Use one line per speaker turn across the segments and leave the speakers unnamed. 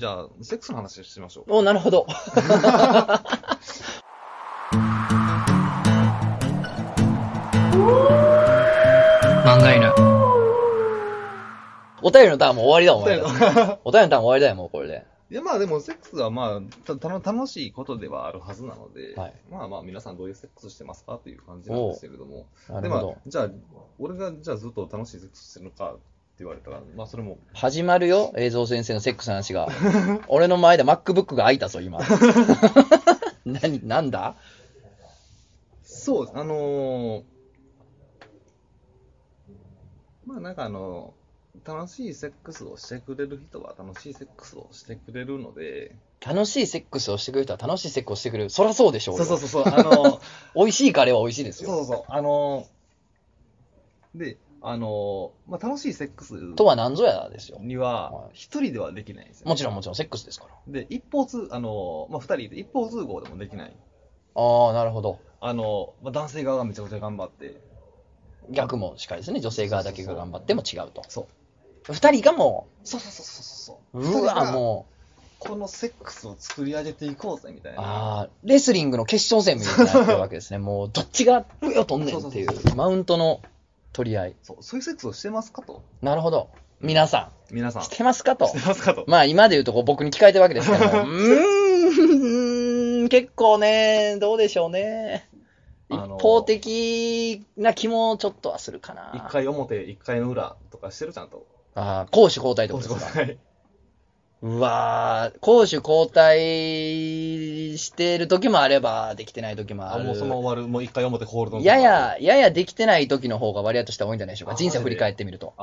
じゃあ、セックスの話しましょう。
お、なるほど。
漫画犬。
お便りのターンも終わりだ、お前ら。
い
お便りのターン終わりだよ、もうこれで。
や、まあでも、セックスはまあ、た、たの楽しいことではあるはずなので、
はい
まあまあ、皆さんどういうセックスしてますかっていう感じなんですけれども。
な
で、
る
ま
ほ
あ
ど。、
じゃあ、俺がじゃあずっと楽しいセックスしてるのかって言われたら、まあそれも、
始まるよ、映像先生のセックスの話が。 俺の前で MacBook が開いたぞ、今。 何、なんだ
そうです、あのーまあなんかあの、楽しいセックスをしてくれる人は楽しいセックスをしてくれるので、
楽しいセックスをしてくれる人は楽しいセックスをしてくれる。そらそうでしょ
そうう
よ。
そうそうそう、あのー
美味しいカレーは美味しいで
そ
す
うそ
よ。
うそう、あのーで、あのーまあ、楽しいセックス
とは何ぞやですよ。
に
は、
はい一人ではできないんですよ。
もちろんもちろんセックスですから。
で、一方通、あのーまあ、二人で一方通行でもできない。
ああ、なるほど。
あのーまあ、男性側がめちゃくちゃ頑張って、
逆もしっかりですね。女性側だけが頑張っても違うと。
そう。
二人がも
そうそうそうそう
う、
そうそう。
う
二人
わ、
が
もう、
このセックスを作り上げていこうぜみたいな。
ああ、レスリングの決勝戦みたいになってるわけです ね。もう、どっちが上を飛んねんってい、
そうそうそう
マウントの取り合い。
そう、そういうセックスをしてますかと。
なるほど。皆さ
皆さん。
ん、
し
しててますかと。
ますかと。
まあ今で言うとこう僕に聞かれてるわけですけど も、うーん、結構ね、どうでしょうね。一
あの
方的な気もちょっとはするかな。
一回表、一回の裏とかしてるちゃんと。
ああ、攻守交代ってことですか。
はい。
うわー攻守交代してる時もあれば、できてない時もあ
あ、
る。
もうそのまま終わる。もう一回表ホールドのとこ
やや、ややできてない時の方が割合としては多いんじゃないでしょう
あ
か。
ー
人生を振り返ってみると。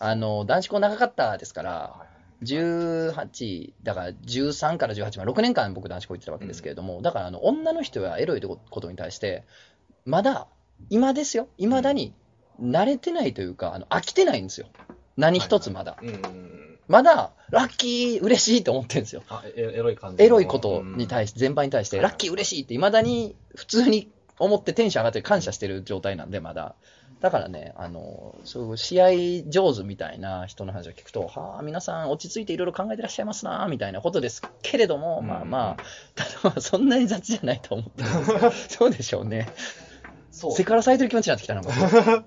あ
あの、男子校長かったですか
あ。
ら、
はい
18、だから13から18まで6年間僕男子校行ってたわけですけれども、だからあの女の人やエロいことに対して、まだ、今ですよ、未だに慣れてないというか、あの飽きてないんですよ。何一つまだ。
うんうんうん。
まだ、ラッキー、嬉しいと思ってるんですよ。
あ、エエロい感じの。
エロいことに対
し
して、全般に対して、
はい
ラッキー嬉しいって、いまだに普通に思ってテンション上がって感謝してる状態なんで、まだ。だからね、あの、そういう試合上手みたいな人の話を聞くと、はあ、皆さん落ち着いていろいろ考えてらっしゃいますな、みたいなことですけれども、まあまあ、ただまあそんなに雑じゃないと思 ってるんですけどそうでしょうね。
あ。そう。
セクハラされてる気持ちになってき たな、僕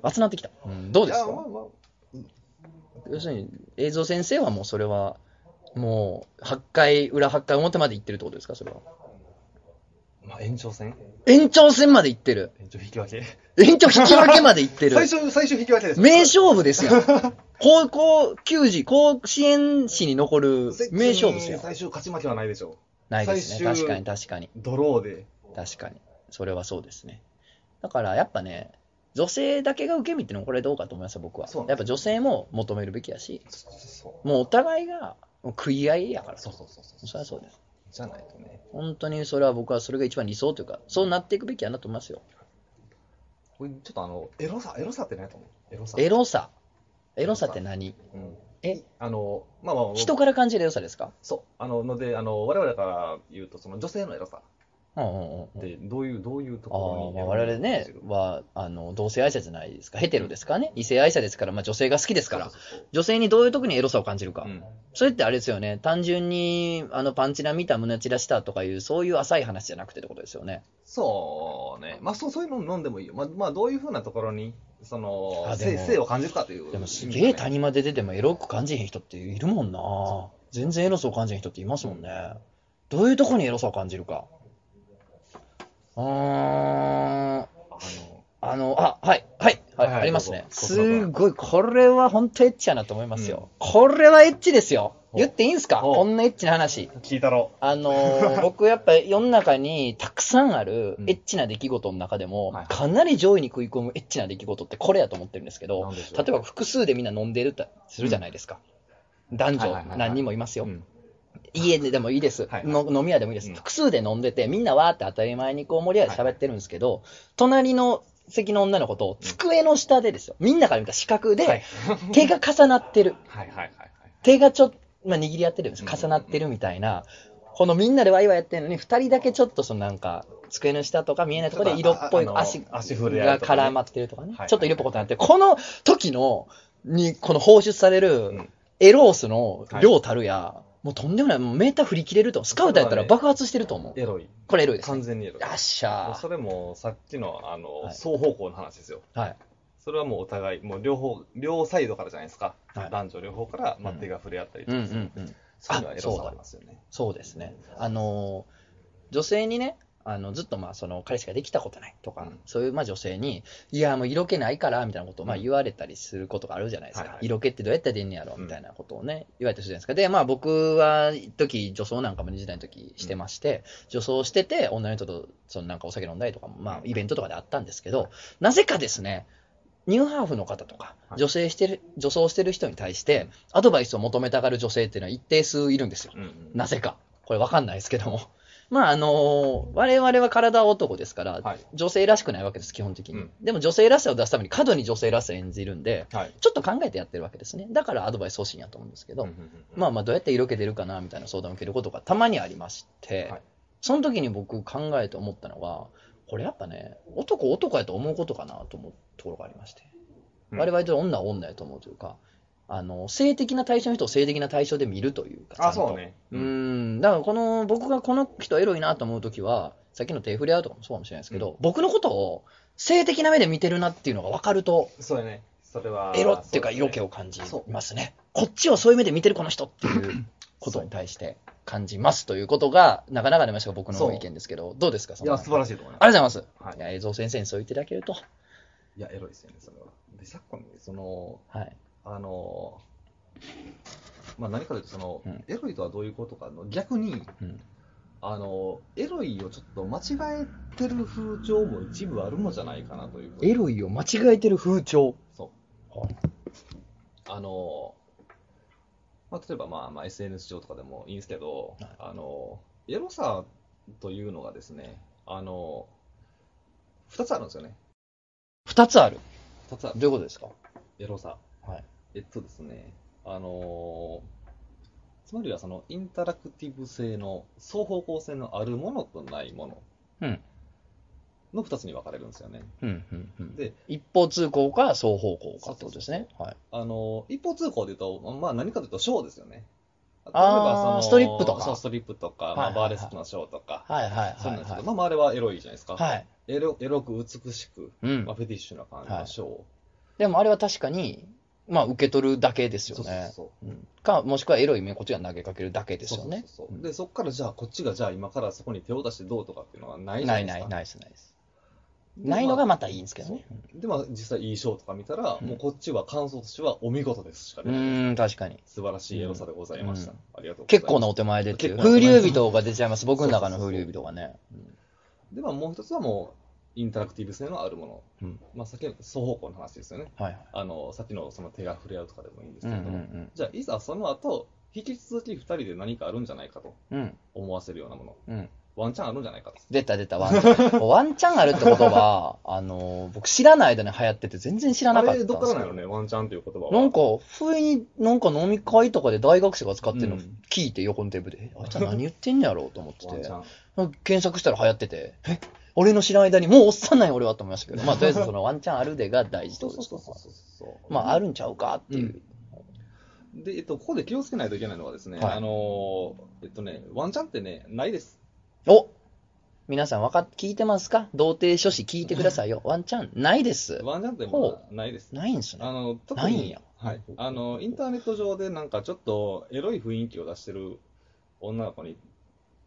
熱なってきた。うん、どうです
いやま
か
あまあ
要するに、映像先生はもうそれは、もう、8回、裏8回表まで行ってるってことですか、それは。
まあ、延長戦
延長戦まで行ってる。
延長引き分け。
延長引き分けまで行ってる。
最初、最初引き分けです。
名勝負ですよ。高校球児、甲子園史に残る名勝負ですよ。
最終勝ち負けはないでしょ
ないですね。
最終
確かに確かに。
う。ドローで。
確かに。それはそうですね。だからやっぱね、女性だけが受け身っていうのもこれどうかと思いますよ、僕は
そうなん。で
や
す
っぱ女性も求めるべきやし、
そうそ
もうお互いがもう食い合いやか
う
ら。そ
そうそうそう。
りゃそうです。
じゃないとね。
本当にそれは僕はそれが一番理想というか、そうなっていくべきやなと思いますよ。
これちょっとあの、エロさ、エロさって何やと思うエロさ。
エロさ。エロさって何
うん
え、
あの、まあまあ、
人から感じるエロさですか
そう。あの、ので、あの、我々から言うと、その女性のエロさ
うんうんうんうん
っ。て、どういう、どういうと
あ
こ
ー
ろ
まあ、
に。
我々ね、は、あの、同性愛者じゃないですか。ヘテロですからね。異性愛者ですから、まあ女性が好きですから。
そうそう
女性にどういう時にエロさを感じるか。
そううん
それってあれですよね。単純に、あの、パンチラ見た、胸チラしたとかいう、そういう浅い話じゃなくてってことですよね。
そうね。まあ、そう、そういうの飲んでもいいよ。まあ、まあ、どういうふうなところに、その、
あで
性
も
性を感じるかという。
でもすげえ
大
谷間で出てもエロく感じへん人っているもんな。全然エロさを感じへん人っていますもんね。どういうとこにエロさを感じるか。うーん。
あの、
あの、あ、はい、はい、は
は
い、
いはい
ありますね。
どうぞ
すごい、これは本当エッチやなと思いますよ。これはエッチですよ。
お
言っていいんすか
お
こんなエッチな話。
聞いたろ。
あの ー僕やっぱ世の中にたくさんある
うん
エッチな出来事の中でも、
はいはい
かなり上位に食い込むエッチな出来事ってこれやと思ってるんですけど、
なんでしょう
例えば複数でみんな飲んでるとするじゃないですか。
はい
男
はい
女
はいはい
何人もいますよ。
うん
家ででもいいです、
はい
の飲み屋でもいいです、
うん
複数で飲んでて、みんなわーって当たり前にこう盛り上がって喋ってるんですけど、隣の席の女の子と机の下でですよ、みんなから見た視覚
は
で
い、
手が重なってる、
はいはいはいはい。
手がちょっと、まあ、握り合ってるんです、
うん
重なってるみたいな、このみんなでワイワイやってるのに、2人だけちょっとそのなんか、机の下とか見えないところで色っぽい
ちょっ
の
とあ
足
あ足触れ合
が
うとかね
絡まってるとかね
はい、
ちょっと色っぽくなってる、この時の、に、この放出される、エロースの量たるや、もうとんでもない、もうメーター振り切れると、スカウターやったら爆発してると思う。
エロい。
これエロいです、ね。
完全にエロい。
よっし
もう
ゃ
それもさっきのあの、
はい
双方向の話ですよ。
ー。はい。
それはもうお互い、もう両方、両サイドからじゃないですか。
はい
男女両方から、まあ、手が触れ合ったりと
うんう
かする。
んうん。
そういうのはエロさありますよね。
そうですね。あのー女性にね、あのずっとまあその彼氏ができたことないとか、
うん
そういうまあ女性に、いや、もう色気ないからみたいなことをまあ
うん
言われたりすることがあるじゃないですか、
はいはい
色気ってどうやって出んねやろみたいなことをね、言われたりするじゃないですか、で、まあ、僕は一時女装なんかも20代の時してまして、女装してて、女の人とそのなんかお酒飲んだりとかも、まあ、イベントとかであったんですけど、なぜかですね、ニューハーフの方とか、
はい
女性してる女装してる人に対し
う
て
ん、
アドバイスを求めたがる女性っていうのは一定数いるんですよ。
うんうん
なぜか。これわかんないですけども。 まあ、あの我々は体は男ですから、
はい
女性らしくないわけです、基本的に。
うん
でも女性らしさを出すために過度に女性らしさを演じるんで、
はい。
ちょっと考えてやってるわけですね。だからアドバイス欲しいんやと思うんですけど、
うんうんうんうん
まあまあ、どうやって色気出るかな、みたいな相談を受けることがたまにありまして、
はい
その時に僕考えて思ったのが、これやっぱね、男男やと思うことかなと思うところがありまして。
うん
我々と女は女やと思うというか、あの、性的な対象の人を性的な対象で見るというか、ち
あ、
ゃんと
そうね。
う。ん、だからこの、僕がこの人エロいなと思うときは、さっきの手触れ合うとかもそうかもしれないですけど、僕のことを性的な目で見てるなっていうのが分かると、
そうやね。それは。
エロっていうか色気
を。
を感じますね。こっちをそういう目で見てるこの人っていうことに対して感じますということが、なかなか出ましたが僕
そ
の
う
意見ですけど、どうですか、そ
い
の
や、素晴らしいと思います。
ありがとうございます。
はい
いや、映像先生にそう言っていただけると。
いや、エロいですよね、それは。で、昨今ね、その、
はい。
あの、まあ、何かというと、その、
うん
エロいとはどういうことかの、逆に、
うん
あの、エロいをちょっと間違えてる風潮も一部あるのじゃないかなというふうに
エロいを間違えてる風潮。
そう。
はい
あの、まあ、例えば、まあ、まあ、SNS 上とかでもいいんですけど、
はい
あの、エロさというのがですね、あの、二つあるんですよね。
二つある。
二つある。
どういうことですか
エロさ。
はい。
えっとですね、あの、つまりはそのインタラクティブ性の双方向性のあるものとないもの
うん。
の二つに分かれるんですよね。
うんうんうん
で
一方通行か双方向かってことですね。はい。
あの、一方通行で言うと、まあ何かというとショーですよね。例え
あーストリップとか
そう、ストリップとか、
はい
ま
は
あ
い
バーレスクのショーとか、
はいはい
そうなん
はい
ですけ
はい
ど、。まああれはエロいじゃないですか。
はい。
エロ、エロく美しく、
うん
まあフェティッシュな感じ
は
の
い
ショー。
でもあれは確かに、まあ受け取るだけですよ
そうそう
ね。
そう。
うんか、もしくはエロい目、こっちが投げかけるだけですよね。
そうそう
う
そうんで、そこからじゃあ、こっちがじゃあ今からそこに手を出してどうとかっていうのはないじゃ
な
ない
い
です
な
か。
い、ないです、ないです。
で
ないのがまたいいんですけどね。
で、まあ実際いいショーとか見たら、
うん
もうこっちは感想としてはお見事ですしか
う
出ない
ーん、確かに。
素晴らしいエロさでございました。
うん
ありがとうございます。
結構なお手前でっていう。
結構なお
風
手前
流人が出ちゃいます。僕の中の風流人がね。
で、まあもう一つはもう、インタラクティブ性のあるもの。
うんうん
まあ、先双方向の話ですよね。
はい。
あのさっきのその手が触れ合うとかでもいいんです
う
け
んう
れども、
ん
じゃあ、いざその後引き続き2人で何かあるんじゃないかと
うん。うん
思わせるようなもの、
うん。
ワンチャンあるんじゃないかと。
出た出た、ワンチャン。ワンチャンあるって言葉、 あの、僕知らない間に流行ってて全然知らな
あ
かっ
れ、
たんです
ど
よ
っからなのね、ワンチャンという言葉は。
なんか、不意になんか飲み会とかで大学生が使ってるの
うん
聞いて横のテーブルで、えあいつら何言ってんねやろうと思って
ワンチ
て
ャ、ン。
検索したら流行ってて、え俺の知らん間にもうおっさんない俺はと思いました けど、まあとりあえずそのワンチャンあるでが大事って
そう
こと
そう
です
そうそ
か
うそう。
まああるんちゃうかっていう。
で、えっと、ここで気をつけないといけないのはですね、
はい
あのーえっとね、ワンチャンってね、ないです。
お皆さんわかっ、聞いてますか童貞書士聞いてくださいよ。ワンチャンないです。
ワンチャンって
ほ
もうないです。
ないんです
あ
ね。
の特
ないん
に
や
はい、あのインターネット上でなんかちょっとエロい雰囲気を出してる女の子に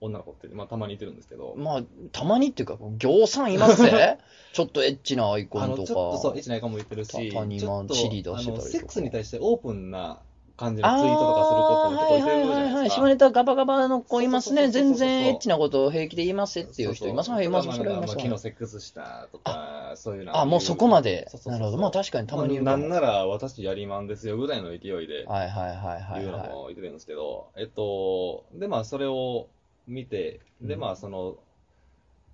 女の子って、まあ、たまにいてるんですけど、
まあ、たまにっていうか、行さんいま すぜ。ちょっとエッチなアイコ
あ
ン
の
と
ちょ
か。
っとそう、エッチな絵も言ってるし、
たまに
ちょっと
チリ出してたりと
あ
か
のセックスに対してオープンな感じのツイートとかすること
あ
も結
ー
構いてるじゃないです
はははは下
か。
ネタガバガバの子いますね。
そうそうそうそう
全然エッチなことを平気で言いますっていう人います
そう
ね。
そう
います、そ
ま
れは
あまあま
いま
あ
す。
昨日セックスしたとか、そういうの
あ、もうそこまで
そうそう。そうそ
な
う
るほど。まあ確かにたまに言う
な
か
ん
も。
なら私やりまんですよぐらいの勢いで、
はいはいはいはいいう
の
は
も言ってるんですけど、えっと、で、まあ、それを見て、で、
うん
まあ、その、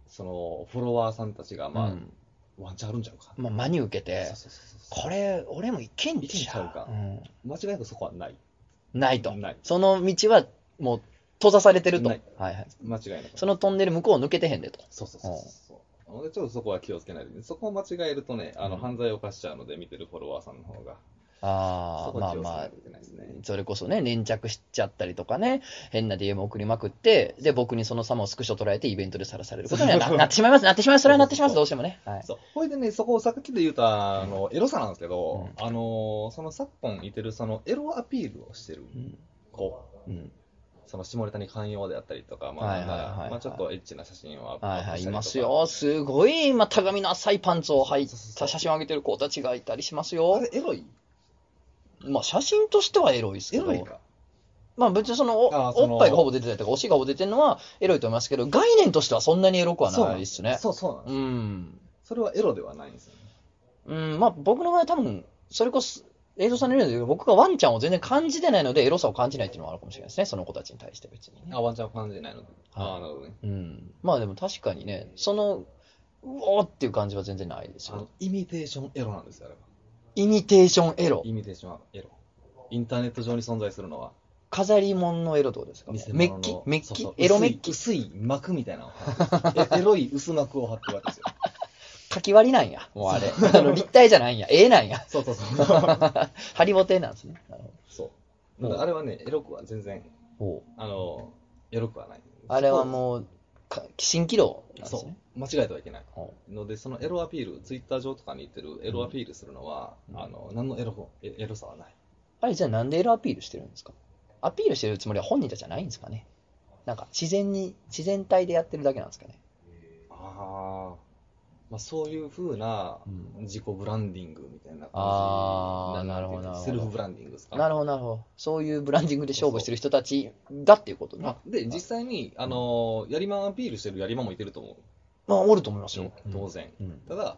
その、フォロワーさんたちが、
い。
まあ、
うん
ワンチャンあるんちゃうか。
まあ、真に受けて
そう、そうそうそう
これ、俺もいけん
いけん
ち
ち
ゃ
ゃう
う
か
うん
間違いなくそこはない。
ないと。
ない
その道はもう閉ざされてると。
な
はい
い
はい。
間違いなく。
そのトンネル向こう抜けてへんでと。
そうそうそうそう。なので、ちょっとそこは気をつけないで、そこを間違えるとね、あの、
うん
犯罪を犯しちゃうので、見てるフォロワーさんの方が。
あ
そ
あ、
こ
まあ
注意し
ま
な
あ
い、といけないですね。
それこそね、粘着しちゃったりとかね、変な DM 送りまくって、で、僕にその様をスクショ捉えてイベントでさらされることにはな
そう
なってしまいます、なってしまいます、それはなってしまいます、
そ
どうしてもね。はい。
そうほいでね、そこをさっきで言うた、あの、エロさなんですけど、
う
あの、その昨今いてる、その、エロアピールをしてる
うん
子、
うん、
その下ネタに寛容であったりとか、まあ、
はいはいはいはい
まあちょっとエッチな写真をアップ
はいはい、います。
アッ
よ。すごい、まあ、たがみの浅いパンツを履い
そうそうそ
た
う
写真を上げてる子たちがいたりします
プしたりとかあ
よ。
れ、エロい
まあ、写真としてはエロいですけ
エ
ど
ロい、か。
まあ、別にそのお
あーその
おっぱいがほぼ出てたりとか、お尻がほぼ出てるのはエロいと思いますけど、概念としてはそんなにエロくはないですね。
そうそうなんです。
うん。
それはエロではないんですよね。
うん、まあ僕の場合は多分、それこそ、映像さんのように言うけど僕がワンちゃんを全然感じてないので、エロさを感じないっていうのはあるかもしれないですね、その子たちに対して別にね。
あ、ワンチャンファンじゃないので。ああ、なるほどね。
うん。まあでも確かにね、その、うおーっていう感じは全然ないです
あの
よ。、
イミテーションエロなんですよ、あれは。
イミテーションエロ。
イミテーションエロ。インターネット上に存在するのは、
飾り物のエロどうですか
見
メ
せ
ッ
物
キ
の
メッ
そう
キ
そう
エロメッキ
薄い薄い膜みた いなのを貼ってえエロい薄膜を貼ってるわけですよ。
かき割りなんや。もうあれ。あの立体じゃないんや。絵 なんや。
そうそうそう。
ハリボテなんですね。なるほ
そう。だからあれはね、エロくは全然、
どおう
あの、エロくはない。
あれはもう、か蜃気楼なんです
そ
ね。
う、間違えてはいけない。
おう
ので、そのエロアピール、ツイッター上とかに言ってるエロアピールするのは、
うん
あの、何のエロ、エエロさはない。
あれじゃあなんでエロアピールしてるんですかアピールしてるつもりは本人たちじゃないんですかねなんか自然に、自然体でやってるだけなんですかね
ああ。まあ、そういうふうな
うん
自己ブランディングみたいな感じ。
あ
ん
ー
ていう
なるほ
の
どなるほど
セルフブランディングですか。
なるほど、なるほど。そういうブランディングで勝負してる人たちだっていうことね。
まあ、で、実際に、あのーやりまんアピールしてるやりまんもいてると思うんで
まあ、おると思います
すよ
よ。
当然。
うん。
ただ、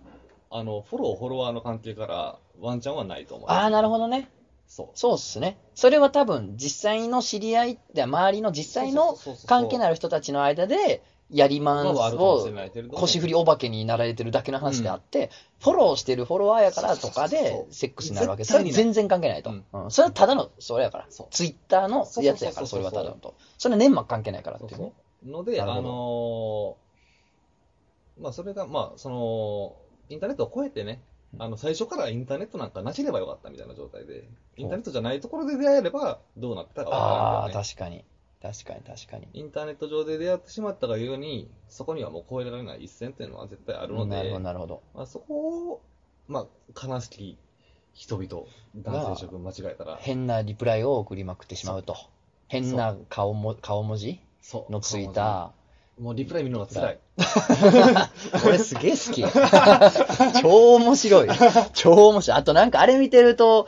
あの、フォロー、フォロワーの関係から、ワンチャンはないと思う。
ああ、なるほどね。
そ
そうっすね。それは多分、実際の知り合いって、周りの
う。
実際の関係の
い
ある人たちの間で、やりまん
はあるかもしれ
を
ないけれども
腰振りお化けになられてるだけの話であって、フォローしてるフォロワーやからと
そ
か
うそう
で
そう
セックスになるわけ
絶対
それ
に
は
ない
全然関係ないと、
うん
うんそれはただの、それやから
そう、
ツイッターのやつやから、そ
そう
れ
そうそうそう
はただのと、それは粘膜関係ないからっ
そ
ていううね。
そうので、
な
あ
るほど
のーまあ、それが、まあ、その、インターネットを超えてね、
うん
あの最初からインターネットなんかなければよかったみたいな状態で、インターネットじゃないところで出会えればどうなったかわから
あ
ん
あ
け
ー、
どね、
確かに、確かに、確かに。
インターネット上で出会ってしまったがゆえに、そこにはもう超えられない一線っていうのは絶対あるの
なるほ
で
ど、、なるほど。
まあ、そこを、まあ、悲しき人々、男性諸君間違えたら、
変なリプライを送りまくってしまうと、変な顔も顔文字
そう
のついた、
もうリプライ見るのが辛い。
俺すげえ好き。超面白い。超面白い。あとなんかあれ見てると、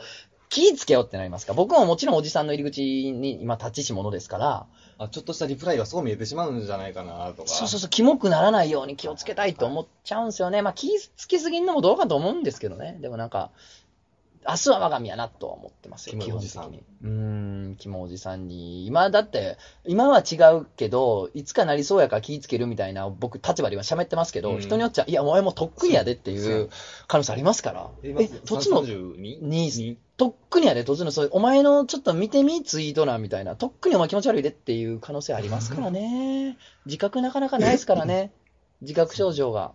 気ぃつけようってなりますか僕ももちろんおじさんの入り口に今立ちし者ですから、
あ、ちょっとしたリプライがそう見えてしまうんじゃないかなとか。
そうそうそう、キモくならないように気をつけたいと思っちゃうんですよね。まあ気ぃつけすぎんのもどうかと思うんですけどね。でもなんか、明日は我が身やなとは思ってますよ、
キモいおじさん
基本的に。うーん、キモおじさんに。今だって、今は違うけど、いつかなりそうやから気ぃつけるみたいな、僕立場では喋ってますけど、
うん
人によっちゃ、いや、お前もうとっくにやでって
そう
い
や
う可能性ありますから。え、とっちの、
32?
とっくにやで、とっちの、そういうお前のちょっと見てみ、ツイートな、みたいな。とっくにお前気持ち悪いでっていう可能性ありますからね。自覚なかなかないですか らね。自覚症状が。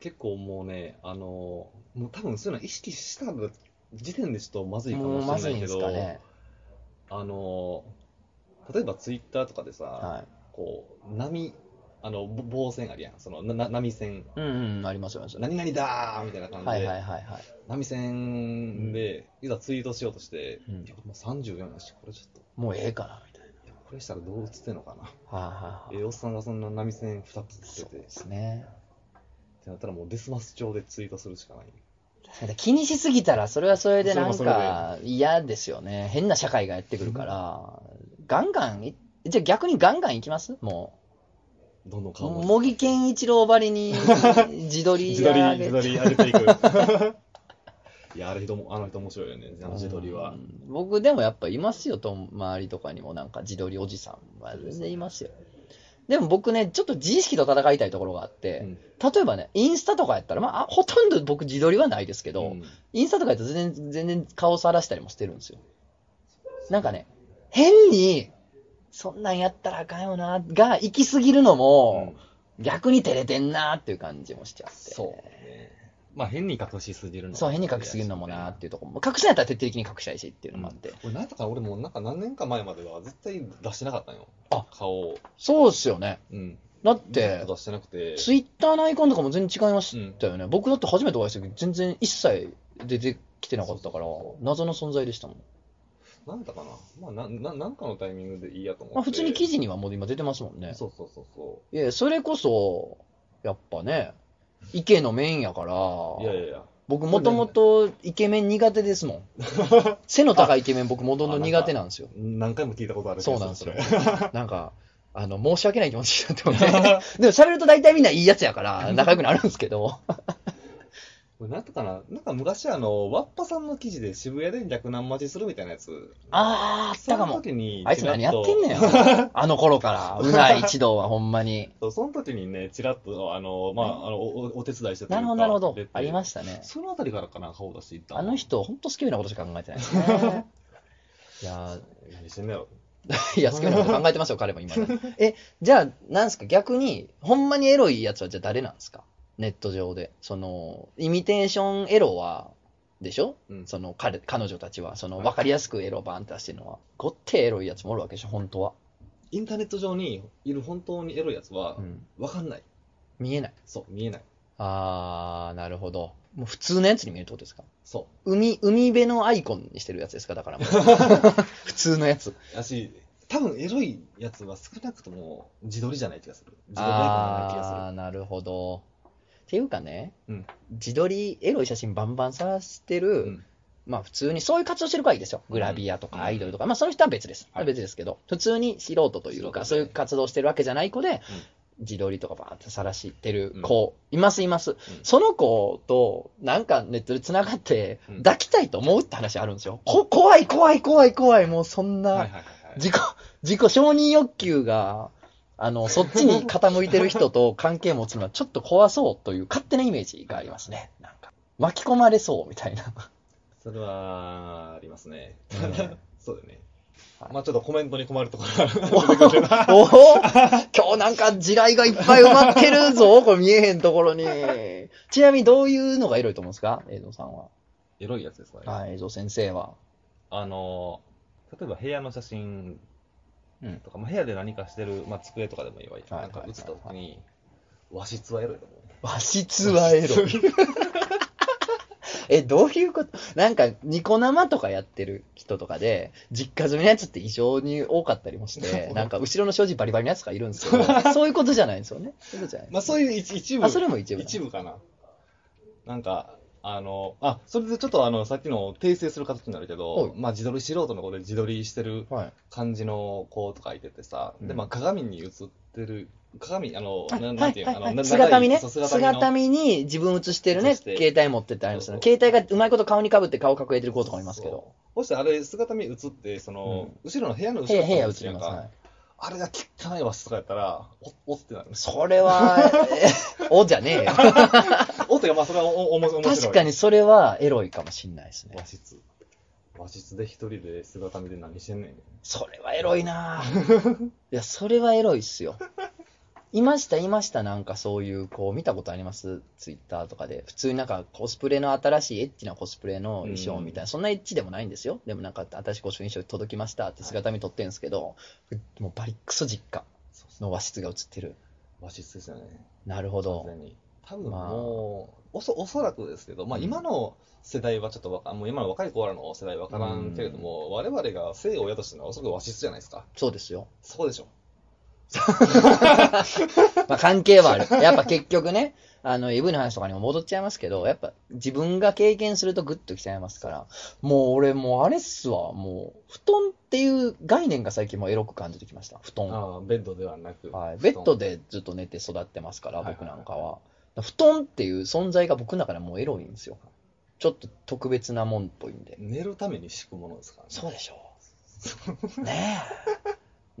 結構もうね、あのーもう多分そういうの意識した時点でちょっとまずいか
も
も
うま
し
ず
れな
い
んい
で
け
す
ど、
かね。
あのー例えばツイッターとかでさ、
はい。
こう、波、あの、ぼ棒線あるやん。その、なな波線。
うんうん、ありますよ、あります
何々だーみたいな感じで、
はいはいはいはい。
波線で、いざツイートしようとして、
うん
いやもう34だし、これちょっと、
もうええかな、みたい
いやこれしたらどう映ってんのかな。
な。はいはい
え
はい。
えおっさんがそんな波線2つつ
そう
けて、っ
ですね。
てなったらもうデスマス調でツイートするしかない。
ただ気にしすぎたら、それはそれでなん
それも
か嫌ですよね。変な社会がやってくるから、ガンガンい、じゃあ逆にガンガンいきますも
どんどん顔
う。
も。
茂木健一郎ば りに自撮り
自撮り、
や
自撮り上げていく。 いや、あれ人も、あの人面白いよね、あの自撮りは
う。ん僕でもやっぱいますよ、と周りとかにもなんか自撮りおじさんは全然いますよ。でも僕ね、ちょっと自意識と戦いたいところがあって、
うん
例えばね、インスタとかやったら、まああ、ほとんど僕自撮りはないですけど、
うん
インスタとかやったら全然、全然顔さらしたりもしてるんですよ。なんかね、変に、そんなんやったらあかんよな、が、行き過ぎるのも、逆に照れてんなっていう感じもしちゃって。
そうね。まあ変に隠しすぎるの
そう、変に隠しすぎるのもなっていうところも、隠しないったら徹底的に隠したいしっていうのもあって。
俺、なんやったかな俺もなんか何年か前までは絶対出してなかったんよ。
あ
顔を。
そうっすよね。
うん。
だっ
ず
て
っと、出してなくて。
ツイッターのアイコンとかも全然違いましたよね。僕だって初めてお会いした時、全然一切出てきてなかったから
そうそうそ、う
謎の存在でしたもん。
なんやったかなまあ、な、な、なんかのタイミングでいいやと思って。
まあ、普通に記事にはもう今出てますもんね。
そうそうそうそ
いや、それこそ、やっぱね、イケのメインやから、
う。いやいやいや。
僕もともとイケメン苦手ですも ん。背の高いイケメン僕もともと苦手なんですよ。
何回も聞いたことある気が
そう なんですよ
れ。
なんか、あの、申し訳ない気持ちになってもね。 でも喋ると大体みんないいやつやから、仲良くなるんですけど。
これなんとかな、なんか昔あの、ワッパさんの記事で渋谷で逆難待ちするみたいなやつ。
あー、あっ
そ
たか
の
も。
時に、
あいつ何やってんねん
ん
よ。あの頃から、うない一同はほんまに。
そうその時にね、ちらっと、あの、まあ、あの、おおお手伝いして
なるほど、なるほど。ありま
し
したね。
そのあたりからかな、顔出していった
あの人、ほんと好きなことしか考えてないです ね。いやー、
何してんねやろ。
いや、好きなこと考えてますよ、彼も今。 え、じゃあ、なんすか、逆に、ほんまにエロいやつはじゃあ誰なんですかネット上で。その、イミテーションエロは、でしょ
うん。
その彼、彼女たちは、その、
はい
わかりやすくエロバーンって出してるのは、ごってエロいやつもおるわけでしょ、本当は。
インターネット上にいる本当にエロいやつは
う、ん。
わかんない。
見えない。
そう、見えない。
あー、なるほど。もう普通のやつに見えるってことですか
そ
海、海辺のアイコンにしてるやつですかだ からもう。普通のやつ。
う。だし、多分エロいやつは少なくとも自撮りじゃない気がする。自撮りアイコンじゃない気がする。
あーなるほど。っていうかね、
うん
自撮り、エロい写真バンバン探してる、
うん
まあ普通にそういう活動してる子はいいですよ。グラビアと
うん
かアイドルとか、まあその人は別です。
はい
別ですけど、普通に素人というか、
素人
そう
で
いう活動してるわけじゃない子で、自撮りとかバーって晒してる子、いますいます、その子となんかネットで繋がって
うん
抱きたいと思うって話あるんですよ。こ怖い怖い怖い怖い、もうそん
はいはいは
な
いはい。
自己、自己承認欲求が、あの、そっちに傾いてる人と関係持つのはちょっと怖そうという勝手なイメージがありますね。なんか、巻き込まれそうみたいな。
それは、ありますね。
うん
そうだよね
は。い
まあちょっとコメントに困るところが
お
出てくるな
お今日なんか地雷がいっぱい埋まってるぞ、これ見えへんところに。ちなみにどういうのがエロいと思うんですか映像さんは。
エロいやつですかね。
はい、映像先生は。
あの、例えば部屋の写真
うん
とか、まあ部屋で何かしてる、まあ机とかでもいいわ。
はい
なんか映った時に、和室はエロいと思う。
和室はエロ。 え、どういうことなんか、ニコ生とかやってる人とかで、実家住みのやつって異常に多かったりもして、なんか、後ろの障子バリバリのやつとかいるんですけ ど、そういうことじゃないんですよね。そういうことじゃない。
まあそういう一一部。
あ、それも一部だ。
一部かな。なんか、あの、あ、それでちょっとあの、さっきの訂正する形になるけ
は
ど
い、
まあ自撮り素人の子で自撮りしてる
はい。
感じの子とかいててさ、
うん
で、まあ鏡に映ってる、鏡、あの、
あ
な
は
なんてい
いう
の、あ
はい
の、
はい。
な
姿見ね。
長いそう姿見の
姿見に自分映してる
映
ね。
して
携帯持ってってありますよね。
そう
携帯がうまいこと顔にかぶって顔隠れてる子とかもいますけど。
そう。もしあれ、姿見映って、その、後ろの部屋の後
へ
ろ
や
の
へや映
や
ります。はい
あれが汚い和室とかやったら、お、おってなる。
そ れは、えおじゃねえよ。
おってか、まあ、それはお、お、面白い。
確かにそれはエロいかもしんないですね。
和室。和室で一人で姿見で何してんねん。
それはエロいなぁ いや、それはエロいっすよ。いました、いました、なんかそういう、こう、見たことありますツイッターとかで。普通になんかコスプレの新しいエッチなコスプレの衣装みたいな、そんなエッチでもないんですよ。でもなんか新しいコスプレの衣装届きましたって姿見撮ってるんですけど、もうバリックソ実家の和室が映ってる。
和室ですよね。
なるほ
完
ど。
全に。多分もう、おそ、おそらくですけど、まあ今の世代はちょっとわか、もう今の若い子らの世代わからんけれども、我々が生を親としてるのはおそらく和室じゃないですか。
そうですよ。
そこでしょ。
まあ関係はある。 やっぱ結局ね、あの、EV の話とかにも戻っちゃいますけど、やっぱ自分が経験するとグッときちゃいますから、もう俺もうあれっすわ、もう、布団っていう概念が最近もうエロく感じてきました。布団。
ああ、ベッドではなく。
はい、ベッド
で。
でずっと寝て育ってますから、
はいはい
僕なんかは。布団っていう存在が僕の中でもうエロいんですよ。ちょっと特別なもんっぽいんで。
寝るために敷くものですからね。
そうでしょう。ね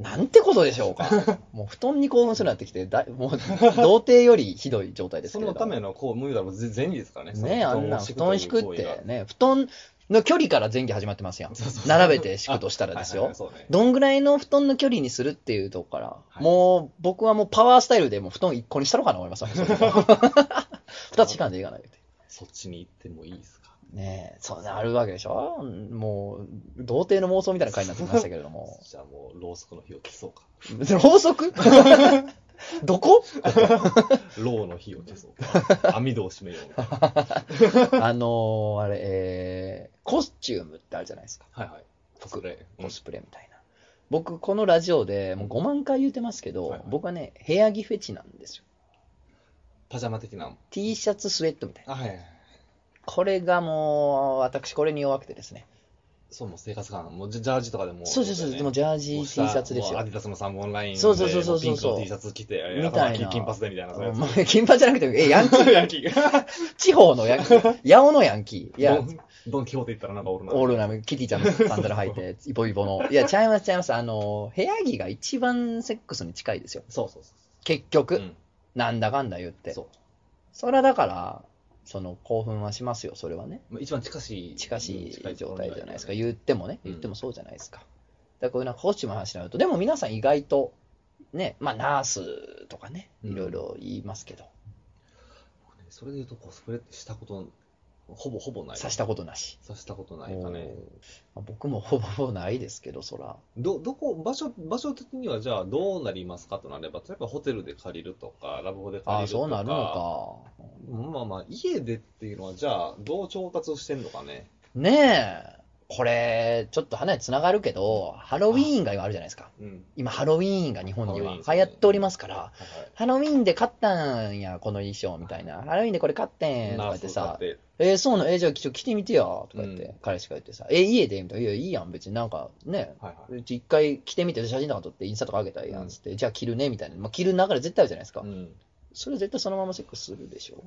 え。なんてことでしょうか。もう布団に興奮するようになってきて、だいもう童貞よりひどい状態です
そ
けれど
のためのこう、無理だろう、ぜ前儀ですからね。
ねえ、あんな布団敷くっ
その布団を敷くという行為
て
が
ね、布団の距離から前期始まってますやん。
そうそうそう
並べて敷くとしたらです
はいは
よ
い。はいそうね
どんぐらいの布団の距離にするっていうとこから、
い
もう僕はもうパワースタイルでもう布団1個にしたろうかな思います。2つしかんでいいかないって。
そっちに行ってもいいですか
ねえ、そうなるわけでしょもう、童貞の妄想みたいな回になってきましたけれども。
じゃあもうろうそくの火を消そうか。
法 則どこ
ろうの火を消そう か。網戸を閉めようか。
あのーあれ、えーコスチュームってあるじゃないですか。
はいはい。それ、うん
コスプレみたいな。僕、このラジオでもう5万回言ってますけど、
はいはい
僕はね、部屋着フェチなんですよ。
パジャマ的な。
T シャツ、スウェットみたいな。
あ、はいはい。
これがもう、私、これに弱くてですね。
そう、もう生活感。もうジャジャージとかでも。
そうそうそ
だ
う、
よね
でもジャージ、T シャツです
もうア
よ
デ。ィダスの3本ラインで、
そうそうそうそう
もピンクの T シャツ着て、えー
みたいな
頭金髪でみたいな、そういう
うん
や
金髪じゃなくて、え、ヤンキー、
つ。ヤン キー。
地 方のヤンキー、八尾のヤンキー。いや
ド、ン、ドンキホーテ行ったらなんかおるな。
オールナム、キティちゃんのサンダル履いて、イボイボの。いや、ちゃいます、ちゃいます。あの、部屋着が一番セックスに近いですよ。
そうそうそ
結
う。
局、
うん。
なんだかんだ言って。
そう
それはだから、その、興奮はしますよ、それはね。
まあ一番近しい。
近しい状態じゃないですか。
うん
言ってもね、
うん
言ってもそうじゃないですか。だからこういうなんか、コーチの話になると、でも皆さん意外と、ね、まあ、ナースとかね、いろいろ言いますけど、
それで言うとコスプレってしたこと、ほぼほぼない。
さしたことなし。
さしたことないかね
お。ーまあ僕もほぼほぼないですけど、そら。
ど、どこ、場所、場所的にはじゃあどうなりますかとなれば、例えばホテルで借りるとか、ラブホで借
あ
り
あ、
るとか。
そうなるのか。
まあまあ、家でっていうのは、じゃあ、どう調達してんのかね。
ねえ、これ、ちょっと話つながるけど、ハロウィーンが今あるじゃないですか。
うん。
今、ハロウィーンが日本に
ハロウィーン
は流
ですね
行っておりますから、
はいはい
ハロウィーンで買ったんや、この衣装みたいな。ハロウィーンでこれ買ってんとか
ナー
言っ
ス
て
を買
さ
っ、て
えーそうなの、えーじゃあちょっと着てみてよ、とか言っ
う
て
ん、
彼氏が言ってさ、えー、家でみたいな。いや、いいやん、別になんか、ね。
はいはいう
ち一回着てみて、写真とか撮ってインスタとか上げたらいいやん、つって、じゃあ着るね、みたいな。まあ、着る流れ絶対あるじゃないですか。
うん、
それ絶対そのままセックスするでしょ。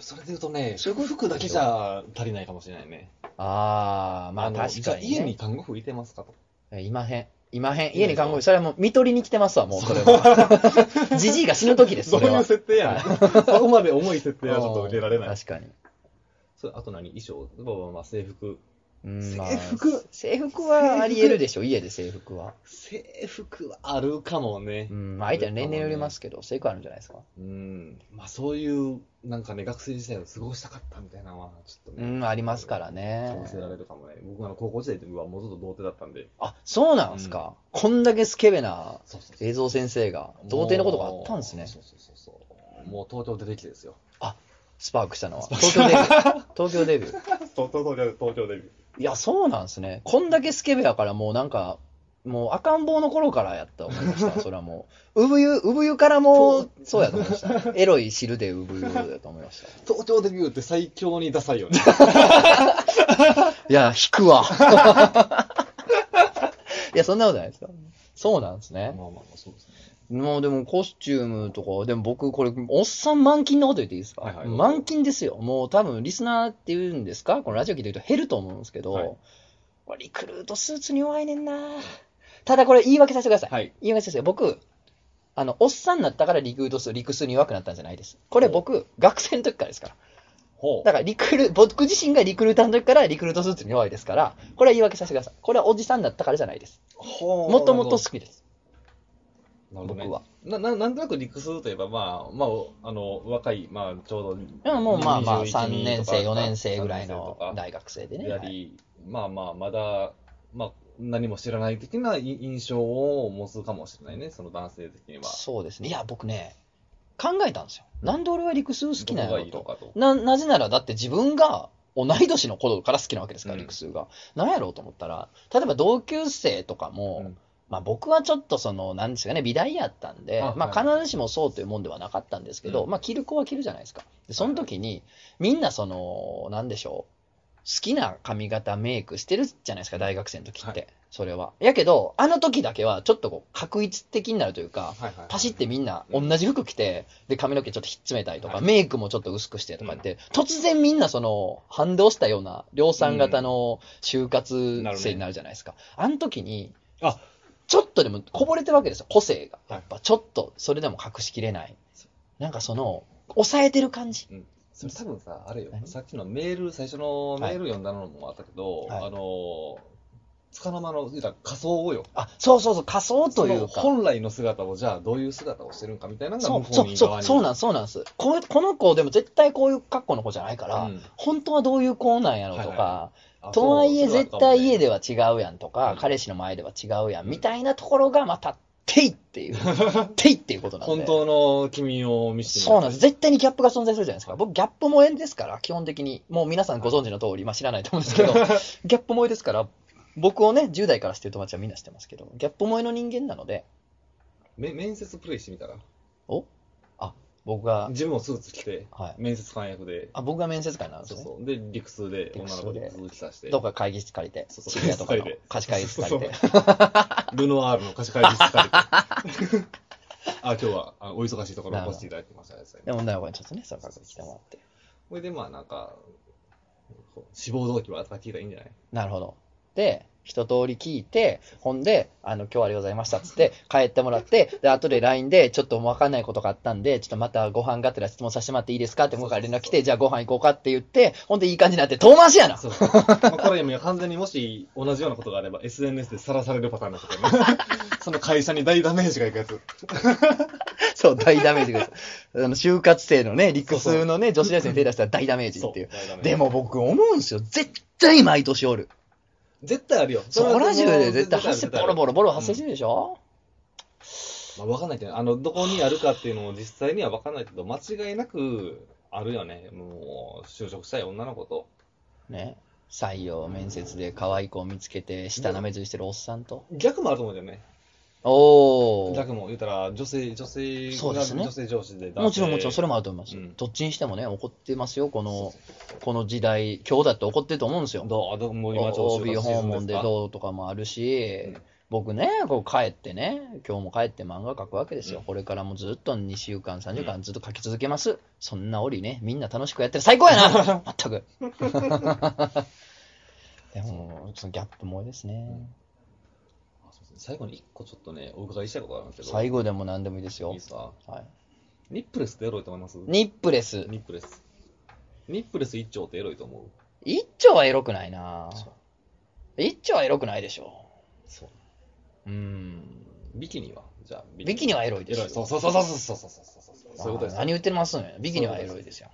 それで言うとね、服だけじゃ足りないかもしれないね。
ああ、まあ
の
確
じゃ
か
あ
に、ね。
家に看護婦いてますかと。
えいまへん。いまへん。家に看護婦、それはもう見取りに来てますわ、もう、それは。じじいが死ぬ時です、
そ
そうれ
い
は。
う設定やね そこまで重い設定はちょっと受けられな
うん
い。
確かに。
それあと何衣装まあまあまあ制服。
うん、
制服
制服はあり得るでしょ、家で制服は。
制服はあるかもね
う。ん、まあ相手の年齢によりますけど、制服あるんじゃないですか。
うん。まあそういう、なんかね、学生時代を過ごしたかったみたいなのは、ちょっと
う
ね、
ん、ありますから
か
ね
ぶ。せられるかもね。僕はあの高校時代って僕はもうちょっと童貞だったんで。
あ、そうなんですか。こんだけスケベな
そうそうそう
映像先生が、童貞のことがあったんですね。
そうそうそうそう。もう東京出てきてですよ。
スパークしたのは。東京デビュー。東京デビュー。
東京デビュー、東京デビュー。
いや、そうなんですね。こんだけスケベやから、もうなんか、もう赤ん坊の頃からやった思いま した。それはもう。産湯、産湯からもう、そうやと思いま した。エロい汁で産湯だと思いました。
東京デビューって最強にダサいよね。
いや、引くわ。 いや、そんなことないですよ。そうなんで す
まあ
ね。
まあまあ、そうですね。
もうでもコスチュームとか、でも僕これ、おっさん満勤のこと言っていいですか、
はいはい
満勤ですよ。もう多分リスナーって言うんですかこのラジオ聞いてると減ると思うんですけど、
はい
これリクルートスーツに弱いねんな。ただこれ言い訳させてください。
はい。
言い訳させてください。僕、あの、おっさんになったからリクルートスー、リクスーに弱くなったんじゃないです。これ僕、学生の時からですから。
ほ
だからリクル、僕自身がリクルーターの時からリクルートスーツに弱いですから、これは言い訳させてください。これはおじさんになったからじゃないです。
ほ
もともと好きです。
なるほどね
僕は。。
な、ななんとなく理屈といえば、まあ、まあ、あの、若い、まあ、ちょう
で
ど。
ももうまあまあ
21
3年生、
とか
4年生ぐらい
3年生
の
とか
大学生でね。
や
はい
り、まあまあ、まだ、まあ、何も知らない的ない印象を持つかもしれないね、その男性的には。
そうですね。いや、僕ね、考えたんですよ。なんで俺は陸数好きなん
どこ
や
がい
ろ
いと
と。
かと。
な、なぜならだって自分が同い年の頃から好きなわけですから、
うん
陸数が。なんやろうと思ったら、例えば同級生とかも、
うん
まあ僕はちょっとその、なんですかね、美大やったんで
あ、
まあ
はい
必ずしもそうというもんではなかったんですけど、
うん
まあ着る子は着るじゃないですか。で、その時に、みんなその、なんでしょう。好きな髪型メイクしてるじゃないですか、大学生の時って。
は
それは。やけど、あの時だけはちょっとこう、確一的になるという
はい
か、
はいはい
パシってみんな同じ服着て、で、髪の毛ちょっとひっつめたりとか、
はい
メイクもちょっと薄くしてとかって、突然みんなその、反動したような、量産型の就活生になるじゃないですか。あの時に、
あ
ちょっとでもこぼれてるわけですよ、個性が。
はい
やっぱちょっと、それでも隠しきれない。なんかその、抑えてる感じ。
それ多分さ、あれよ、
何
さっきのメール、最初のメール読んだのもあったけど、
はい
あの、束の間の、言うたら仮想をよ。
あ、そうそうそう、仮想という
その
か。
本来の姿を、じゃあどういう姿をしてるんかみたいなのが
そ
向
う
こ
そうう
に
そ
側
う、
に。
そうなんそうなんです。ここの子でも絶対こういう格好の子じゃないから、
うん
本当はどういう子なんやろうと
はい
か、
あ
とはいえ
そう
絶対家で
は。
は違うやんとか、
うん
彼氏の前では違うやん
うん
みたいなところがまた、ていって いう、ていっていうことなんで。
本当の君を見せて
そうなん
で
です。絶対にギャップが存在するじゃないですか。僕、ギャップ萌えですから、基本的に。もう皆さんご存知の通り、まあ知らないと思うんです けど、ギャップ萌えですから、僕をね、10代からしてる友達はみんな知ってますけど、ギャップ萌えの人間なので、
め面接プレイしてみたら。
僕が、
自分もスーツ着て、
はい。
面接官役で、
あ、僕が面接官なんです
そう
ね。
そう。で、理屈で女の子に続きさせて、
どっか会議室借りて、
そうそう
渋谷とかの
借りて
貸し会議室借りて。
ルノワールの貸し会議室借りて。 あ、今日はあお忙しいところお越しいただきました。ありがとうござい
で、
ます
女の子にちょっとね、その格好で来てもらって。
それで、まあなんか、こう志望動機はとか聞いたらいいんじゃない
なるほど。で、一通り聞いて、ほんで、あの、今日はありがとうございましたっつって、帰ってもらって、で、後で LINE で、ちょっと分かんないことがあったんで、ちょっとまたご飯がてら質問させてもらっていいですかって、向こうから連絡来て、じゃあご飯行こうかって言って、ほんでいい感じになって、遠回しやな
そうそう。まあ、これ今完全にもし同じようなことがあれば SNS でさらされるパターンだったね。 その会社に大ダメージがいくやつ。
そう、大ダメージです。あの、就活生のね、理屈のね、女子大生に手出したら大ダメージっていう。
大ダメージ
でも僕思うんですよ。絶対毎年おる。
絶対あるよ。
そこら中で絶対
それは
発
その絶
生、
対あ
ボ
る
ロボロボロ発生
うん
してるでしょ、
まあ、わかんないけど、あの、どこにあるかっていうのも実際にはわかんないけど、間違いなくあるよね。もう、就職したい女の子と。
ね。採用、面接で可愛い子を見つけて、舌舐めずりしてるおっさんと。
逆もあると思うんだよね。
おお。
逆も言うたら、女性、女性
そう
が
ですね
女性上司で
もちろんもちろん、そ
れ
れもあると思います。
うん
どっちにしてもね、怒ってますよ、この、この時代。今日だって怒ってると思うんですよ。
どう、どうもう今ちょうど就
OB
活シー
訪
ズ
問
ン
です
か
どうとかもあるし、
うん
僕ね、こう帰ってね、今日も帰って漫画描くわけですよ。これからもずっと2週間、3週間ずっと描き続けます。そんな折ね、みんな楽しくやってる。最高 やなまったく。 でも、そのギャップも多いですね。
あそうですね最後に一個ちょっとね、お伺いしたいことがあるんですけど。
最後でも何でもいいです
いい
よ
で。すか
はい、
ニップレスってエロいと思いますニ
ニップレス。
ップレス。ニップレス一丁ってエロいと思う
一丁はエロくないな
そう
一丁はエロくないでしょ。
そう。
うん。
ビキニはじゃあ、
ビキニはエロいで
エ
す
ロ
よ。
い。そうそうそうそうそうそうそうそうそう。そういうことです
あー。何言ってますね。ビキニはエロいですよ。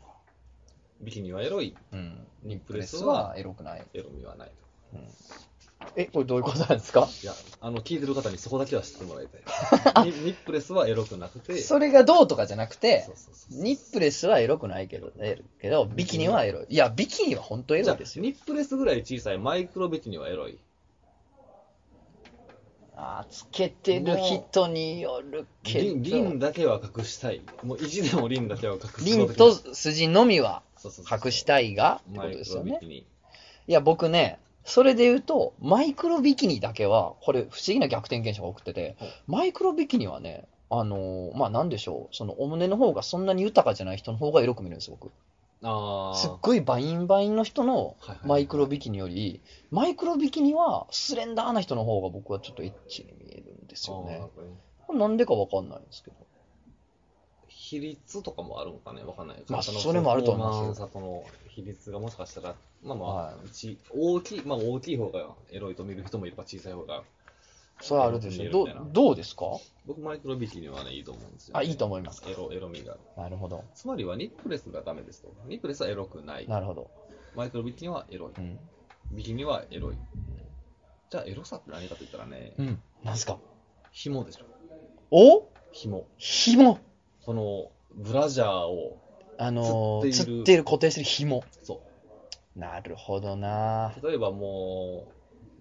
ビキニはエロい。
うん。
ニップレス
ニッ
は
エロくない。
エロみはない。
え、これどういうことなんですか
いや、あの、聞いてる方にそこだけは知ってもらい たい。ニニップレスはエロくなくて。
それがどうとかじゃなくて
そう、そうそうそう
ニップレスはエロくないけど、エロけど、ビキニはエロい。いや、ビキニは本当エ
じゃあ
ロいですよ。
ニップレスぐらい小さいマイクロビキニはエロい。
あーつけてる人によるけど
リ、ンリンだけは隠したい。もう意地でもリンだけは隠す。
リンと筋のみは
そうそうそう
隠したいが、ってこ
マ
と
イ
で
ク
す
ロ
よ
ビ
ね
キ。ニ。
いや、僕ね、それで言うと、マイクロビキニだけは、これ、不思議な逆転現象が起きてて
はい、
マイクロビキニはね、あのーまあ、なんでしょう、その、お胸の方がそんなに豊かじゃない人の方がエロく見えるんですよ、僕。
ああ。
すっごいバインバインの人の
はいはい
マイクロビキニより、マイクロビキニはスレンダーな人の方が僕はちょっとエッチに見えるんですよね。
あー
なんでかわかんないんですけど。
比率とかもあるのかね、わかんない。
まあ
体の
それもあると思います
パフォーマンスさとの比率がもしかしたら、まあまあ、
は
一大きい、まあ大きい方がエロいと見る人もいれば小さい方が。
それはあるでしょう。
エロく見えるみたい
ど
な
うどうですか
僕、マイクロビキニはね、いいと思うんですよ、
あいいと思います
エロ、エロみが。
なるほど。
つまりは、ニップレスがダメですと。ニップレスはエロくない。
なるほど。
マイクロビキニはエロい。
うん。
ビキニはエロい。じゃあ、エロさって何かと言ったらね、
うん。なんすか
紐でしょ。
お
紐。
紐
この、ブラジャーを、
あの
釣ってい
ー、
る
釣っている固定してる紐。
そ
なるほどな
う。例えばも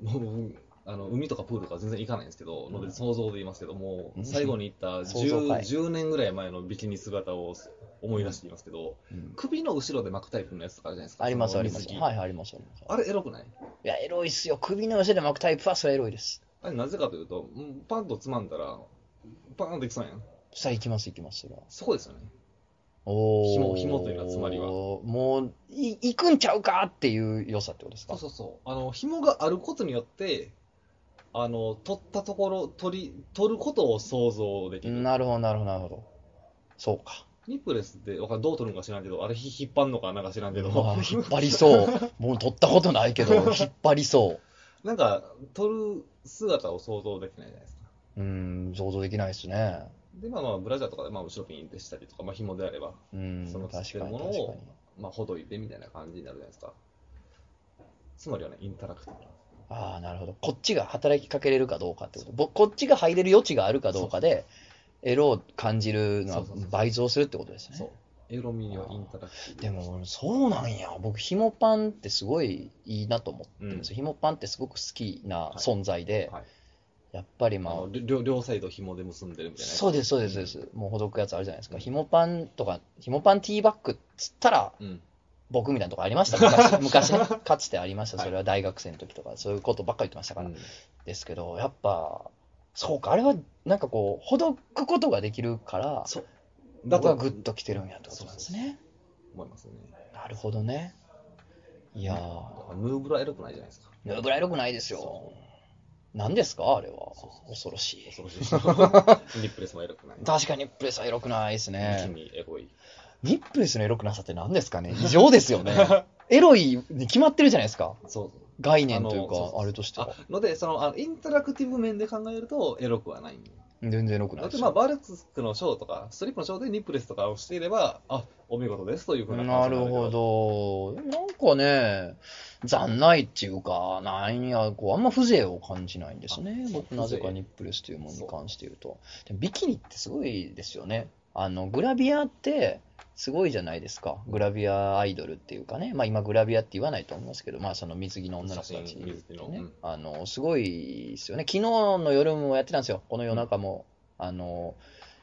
う、もう、あの海とかプールとか全然行かないんですけど、ので想像で言いますけども
う、ん
最後に行った
想像
10,
かい
10年ぐらい前のビキニ姿を思い出していますけど、
うん
首の後ろで巻くタイプのやつとかあるじゃないですか。
あります
そ
あ
の
り
水
ます。
着
はいはいありますあります。
あれエロくない
いや、エロいっすよ。首の寄せで巻くタイプはそれはエロいです。
あれなぜかというと、うんパンとつまんだら、パーンといきそうやん。
さあ行きます行きます。それは
そこですよね。
おー
紐紐というのはつまりは
もう、い行くんちゃうかっていう良さってことです
そ
か
うそうそう。あの、紐があることによって、あの、取ったところ、取り、取ることを想像できる。
なるほど、なるほど、なるほど。そうか。
ニップレスって、わかんどう取るのか知らんけど、あれひ引っ張るのかなんか知らんけど、
うわ引っ張りそう。もう取ったことないけど、引っ張りそ う。
なんか、撮る姿を想像できないじゃないですか。
うん、想像できないですね。
で、まあまあ、ブラジャーとかで、まあ、後ろピンでしたりとか、まあ、紐であれば、
うん、
その
確かに
つけるもの
確か
を
に。
まあ、ほどいてみたいな感じになるじゃないですか。つまりはね、インタラクティブな。
ああ、なるほど。こっちが働きかけれるかどうかってこと。ぼこっちが入れる余地があるかどうかで、エロを感じるのは
そうそうそうそう
倍増するってことですね。
そう。エロミはインタラクティブ。
で、も、そうなんや。僕、ひもパンってすごいいいなと思ってるんですよ。ひもパンってすごく好きな存在で、
はい、
やっぱり
あ
まあ
の、両両サイド紐で結んでるみたいな。
そうです、そうです、そうです。もうほどくやつあるじゃないですか。ひもパンとか、ひもパンティーバッグっつったら、
うん。
僕みたいなとこありました。 昔、昔ねかつてありました。
はい
それは大学生の時とか、そういうことばっかり言ってましたから
う。ん
ですけど、やっぱ、そうか、あれはなんかこう、ほどくことができるから、
そう。だ
僕
と
はグッときてるんやってことなんですね。
思いますね。
なるほどね。いや
だか
ー、
らムーブラエロくないじゃないですか。
ぬぐらいろくないですよ
そ。
何ですか、あれは
そうそう。
恐ろしい。
恐ろしいでしょ。 ニップレスもエロくない。
確かにプレスはエロくないです
一気
ね。
にエロい。
ニップレスのエロくなさって何ですかね異常です よね。エロいに決まってるじゃないですか。
そう
概念という
あのそうそう
か、あれとして
あ。
は
ので、そのあのインタラクティブ面で考えると、エロくはないんで。
全然エロくない
だっ
で
て、
す
まあ、
よ。
バルツクのショーとか、ストリップのショーでニップレスとかをしていれば、あお見事ですというふうな
な
感じ
る
に
ほ
け。
ど。なんかね、残ないっていうか、なんや、こう、あんま風情を感じないんですね。
あ
僕、
風情
なぜかニップレスというものに関して言うと。でもビキニってすごいですよね。あの、グラビアって、すごいじゃないですか。グラビアアイドルっていうかね。まあ今グラビアって言わないと思いますけど、まあその水着の女の子たち
写真水着の
ね
うん
あの、すごいですよね。昨日の夜もやってたんですよ。この夜中も。あの、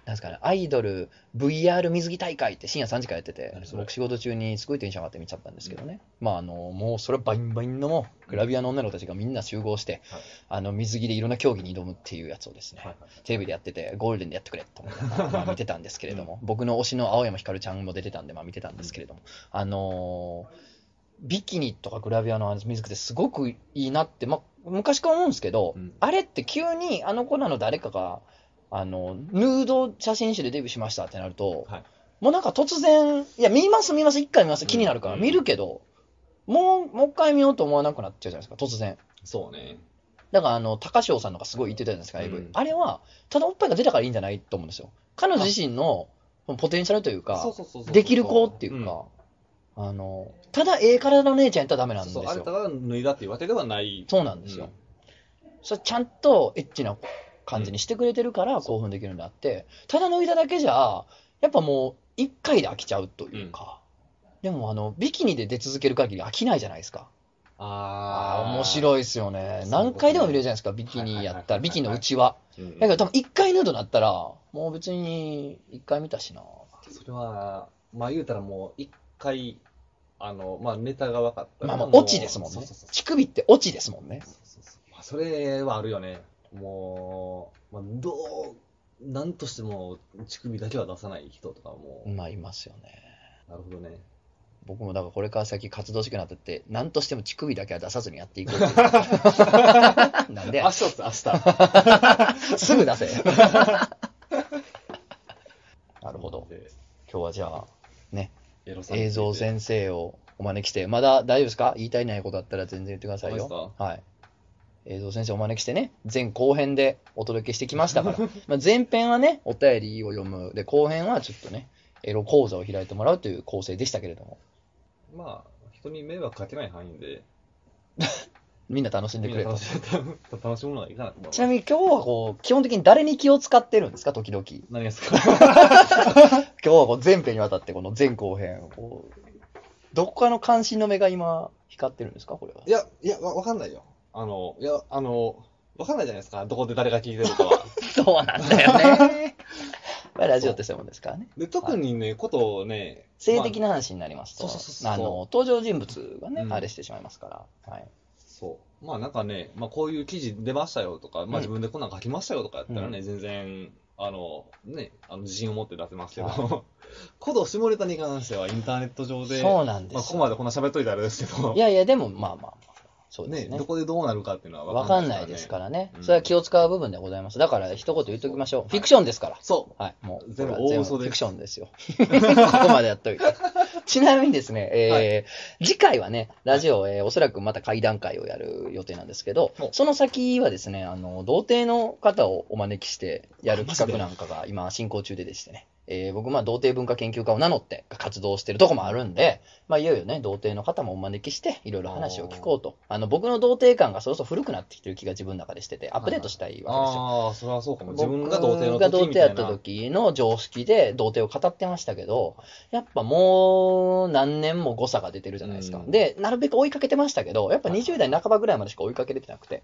なんですかね、アイドル VR 水着大会って深夜3時からやってて
何、それ
僕仕事中にすごいテンション上がって見ちゃったんですけどね、まああのもうそれはバインバインのもうグラビアの女の子たちがみんな集合して、
はい
あの水着でいろんな競技に挑むっていうやつをですね、
はい
テレビでやってて、ゴールデンでやってくれと思って、まあ、見てたんですけれども、僕の推しの青山ひかるちゃんも出てたんで、まあ、見てたんですけれども、あのービキニとかグラビアのあの水着ってすごくいいなって、まあ、昔から思うんですけど、
うん
あれって急にあの子なの誰かが、あの、ヌード写真集でデビューしましたってなると、
はい
もうなんか突然、いや、見ます見ます、一回見ます、気になるから、
うん
見るけど、もう、もう一回見ようと思わなくなっちゃうじゃないですか、突然。
そうね。
だから、あの、高潮さんのがすごい言ってたじゃないですか、AV
うん
あれは、ただおっぱいが出たからいいんじゃないと思うんですよ。彼女自身のポテンシャルというか
そう、そうそうそう。
できる子っていうか、あの、ただええ体の姉ちゃんやったらダメ
うん、
なん
そ
で
う
す
そう、
よ。
あれただ脱いだっていうわけではない。
そうなんですよ。それちゃんとエッチな感じにしてくれてるから興奮できるんであって、ただ脱いだだけじゃ、やっぱもう1回で飽きちゃうというか、でもあの、ビキニで出続ける限り飽きないじゃないですか。
あ
あ
あ
あ、面
い。
白いですよね。
そういうことね
何回でも見れるじゃないですか、ビキニや
はい
った
はいはいは
ら、
い
ビキニのうちは。
うん
だけど多分1回ヌードになったら、もう別に1回見たしな。
それは、まあ言うたらもう、一回、あの、まあネタが分かった
ま
ら
あまあ
も、う
オチですもん
そう
ね
そうそう。
乳首ってオチですもんね。
そうそうそうまあ、それはあるよね。もう、まあ、どう、なんとしても乳首だけは出さない人とかも、
まあ、いますよね。
なるほどね。
僕もだからこれから先活動しくなってって、何としても乳首だけは出さずにやっていこうと なんで
明、日です、明日。
すぐ出せ。なるほど。
で
今日はじゃあ、ね、
エロさんについて
映像先生をお招きして、まだ大丈夫ですか言いたいないことあったら全然言ってください
そう
よ。はい。映像先生をお招きしてね、前後編でお届けしてきました から、まあ前編はね、お便りを読む、で、後編はちょっとね、エロ講座を開いてもらうという構成でしたけれども、
まあ、人に迷惑かけない範囲で、
みんな楽しんで
みん
く
な
れと
楽。しむ楽しむのはいいかなと思います
ちなみに今日はこう、基本的に誰に気を使ってるんですか、時々。今
何がですか
日はこう全編にわたって、この前後編をこう、どこかの関心の目が今、光ってるんですか、これは。
いや、いや、わわかんないよ。あの、いや、あの、わかんないじゃないですか。どこで誰が聞いてるかは。
そうなんだよね。 まあラジオってそういうもんですからね。
で、特にね、ことをね、
性的
まあ
な話になりますと、
そうそうそうそう
あの登場人物がね、
うん
あれしてしまいますから。はい、
そう。まあなんかね、まあこういう記事出ましたよとか、
ん
まあ自分でこんなん書きましたよとかやったらね、全然、あの、ね、あの自信を持って出せますけど、 こと下ネタに関してはインターネット上で、
そうなんで
まあこ
す
こ
よ、
までこんな喋っといたらあれですけど
い、やいや、でもまあまあまあ、そうで
ね、
すね。
どこでどうなるかっていうのは
わかんないですから
ね。
らね。
うん
それは気を使う部分でございます。だから一言言っときましょう。フィクションですから。
そ
はい、もう、
全部
これは
大嘘です
フィクションですよ。ここまでやっといて。 ちなみにですね、えー次回はね、ラジオ、えーおそらくまた会談会をやる予定なんですけど
お、
その先はですね、あの、童貞の方をお招きしてやる企画なんかが今進行中ででしてね、えー僕、まあ、童貞文化研究家を名乗って活動してるとこもあるんで、まあ、いよいよね、童貞の方もお招きして、いろいろ話を聞こうと。あの、僕の童貞感がそろそろ古くなってきてる気が自分の中でしてて、アップデートしたいわけですよ。
ああ、それはそうかも。自分
僕
が童貞の
が童
時み
貞
た
や
い
った
な。
時の常識で童貞を語ってましたけど、やっぱもう何年も誤差が出てるじゃないですか。
うん
で、なるべく追いかけてましたけど、やっぱ20代半ばぐらいまでしか追いかけれてなくて、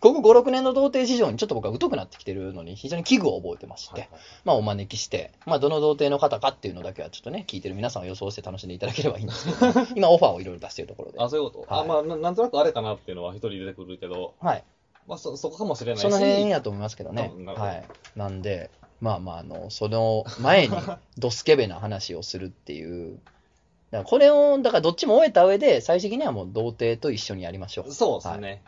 ここ5、6年の童貞事情にちょっと僕は疎くなってきてるのに非常に危惧を覚えてまして、
はい
まあお招きして、まあどの童貞の方かっていうのだけはちょっとね、聞いてる皆さんを予想して楽しんでいただければいいんですけど、 今オファーをいろいろ出してるところで。
あ、そういうこと。
は
あ、
い
まあ、ななんとなくあれかなっていうのは一人出てくるけど、
はい。
まあ、そ、そこかもしれないし。
その辺やと思いますけどね
う。んなるほど
はい。なんで、まあまあ、あの、その前 にドスケベな話をするっていう。だからこれを、だからどっちも終えた上で、最終的にはもう童貞と一緒にやりましょう。
そうですね。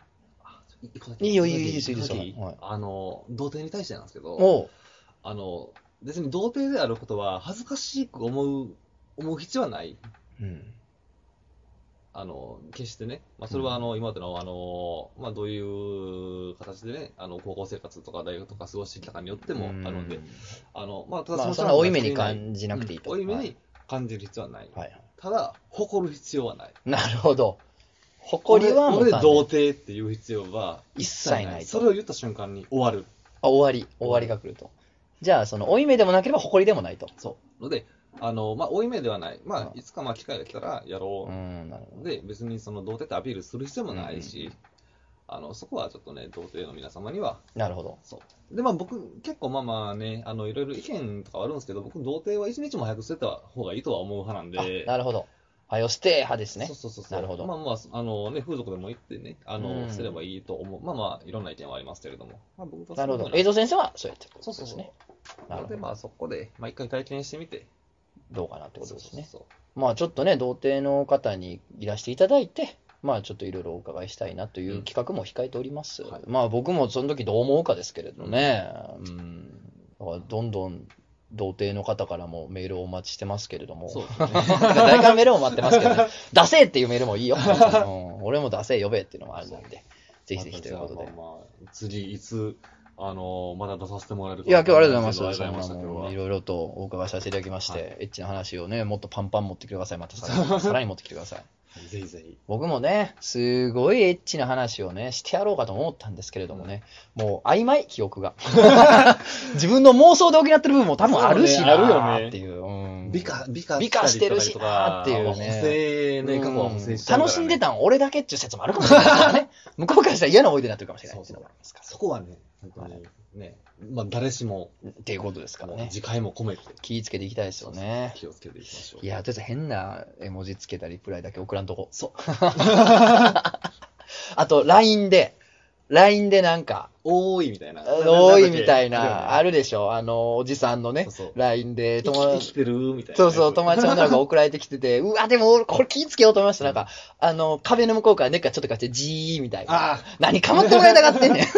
あ一個だけ
いいよ
一個だけ
いいよいいですよいいですよ
一個だけ
はい
あの、童貞に対してなんですけど、
おう
あの、別に童貞であることは恥ずかしく思う、思う必要はない。
うん。
あの、決してね。まあ、それはあの、今までの、あの、まあ、どういう形でね、あの、高校生活とか大学とか過ごしてきたかによってもあるんで、あの、まあ、ただ
まあ、
の
そんな負い目
人
に
が好き
感じなくていいと。
うん負い目
はい
に感じる必要はない。
はい。
ただ、誇る必要はない。
なるほど。誇りはも
こ
う
れで
完全に
童貞っていう必要は
一切ないと
それを言った瞬間に終わる。
あ、終わり。終わりが来ると。じゃあ、その、負い目でもなければ誇りでもないと。
そう。ので、あの、まあ、負い目ではない。ま
う
あ、いつかまあ、機会が来たらや
う
ろ
ん、なるほ
う。で、別にその、童貞ってアピールする必要もない
うん
し、あの、そこはちょっとね、童貞の皆様には、
ど。なるほど。
そう。で、まあ、僕、結構まあまあね、あの、いろいろ意見とかはあるんですけど、僕、童貞は一日も早く捨てた方がいいとは思う派なん
あ
で、
なるほど。はよして派ですね
そう。そうそうそう。
なるほど
まあまあ、あのね、風俗でも行ってね、あ
うん
の、すればいいと思う。まあまあ、いろんな意見はありますけれども。まあ、僕と
なるほど。
え
映像先生はそうやってる
そうそうそう。
な
なの
るほど
で、まあ、そこで、まあ、一回体験してみて。っ
どうかなってことですね。
そうそう
まあちょっとね、童貞の方にいらしていただいて、まあちょっといろいろお伺いしたいなという企画も控えております。
はい
まあ僕もその時どう思うかですけれどね、うん、だからどんどん童貞の方からもメールをお待ちしてますけれども、
そうそうですね。
誰からメールを待ってますけ ど、ね、出せっていうメールもいいよ。うん俺も出せ、呼べっていうのもあるんで、ぜひぜひということ
ま
で
た。じゃあまあまあ、次、いつ、あの、まだ出させてもらえるか
いや、今日はありがとうございます。
ありがとうござ
そ
い
ん
ました、
なも
今
うい
日は。
ろいろとお伺いさせていただきまして、
はい
エッチな話をね、もっとパンパン持ってきてください。またさ らにさらに持ってきてください。
ぜひぜひ。
僕もね、すごいエッチな話をね、してやろうかと思ったんですけれどもね、もう曖昧、記憶が。 自分の妄想で補ってる部分も多分あるしな
そうねあるよね
っていう。うん
美化、美化
美化してるしなー
な
っていうね
補正ね、過去は補正してるからね
楽しんでたん俺だけっていう説もあるかもしれないか らね。向こうからしたら嫌な思い出になってるかもしれないっていうのもありますか
そこはね、本当にね、まあ、誰しも、
ら。っていうことですからね。
次回も込めて、
気ぃつけていきたいですよね。
気をつけていきましょう。
いや、とりあえず変な絵文字つけたリプライだけ送らんとこ。
そう。
あと、LINE で、LINE でなんか、
多いみたいな。
多いみたいな、あ
る
るでしょ。あの、おじさんのね
そうそう、
LINE で
生
友
き生
達
き、てるみたいな。
そうそう、友達のなんか送られてき てて、うわ、でも俺、これ気ぃつけようと思いました。なんか、あの、壁の向こうから根っからちょっとかして、じーみたいな。
あ
何かまってもらいたがってんねん。
あ、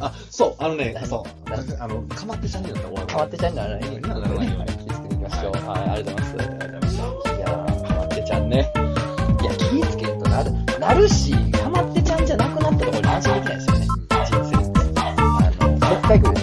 あ、そう、あのね、そう。あの、かまってちゃんねえんだったら終わる
かまってちゃんにならないように、
ならないように
はい気ぃつけていきましょう。はい、ありがとうございます。
ありがとうございました。
いやー、かまってちゃんね。いや、気ぃつけるとなる、なるし、かまってちゃんじゃなくなったところに安心できないですよね。人生って。あの、北海道です。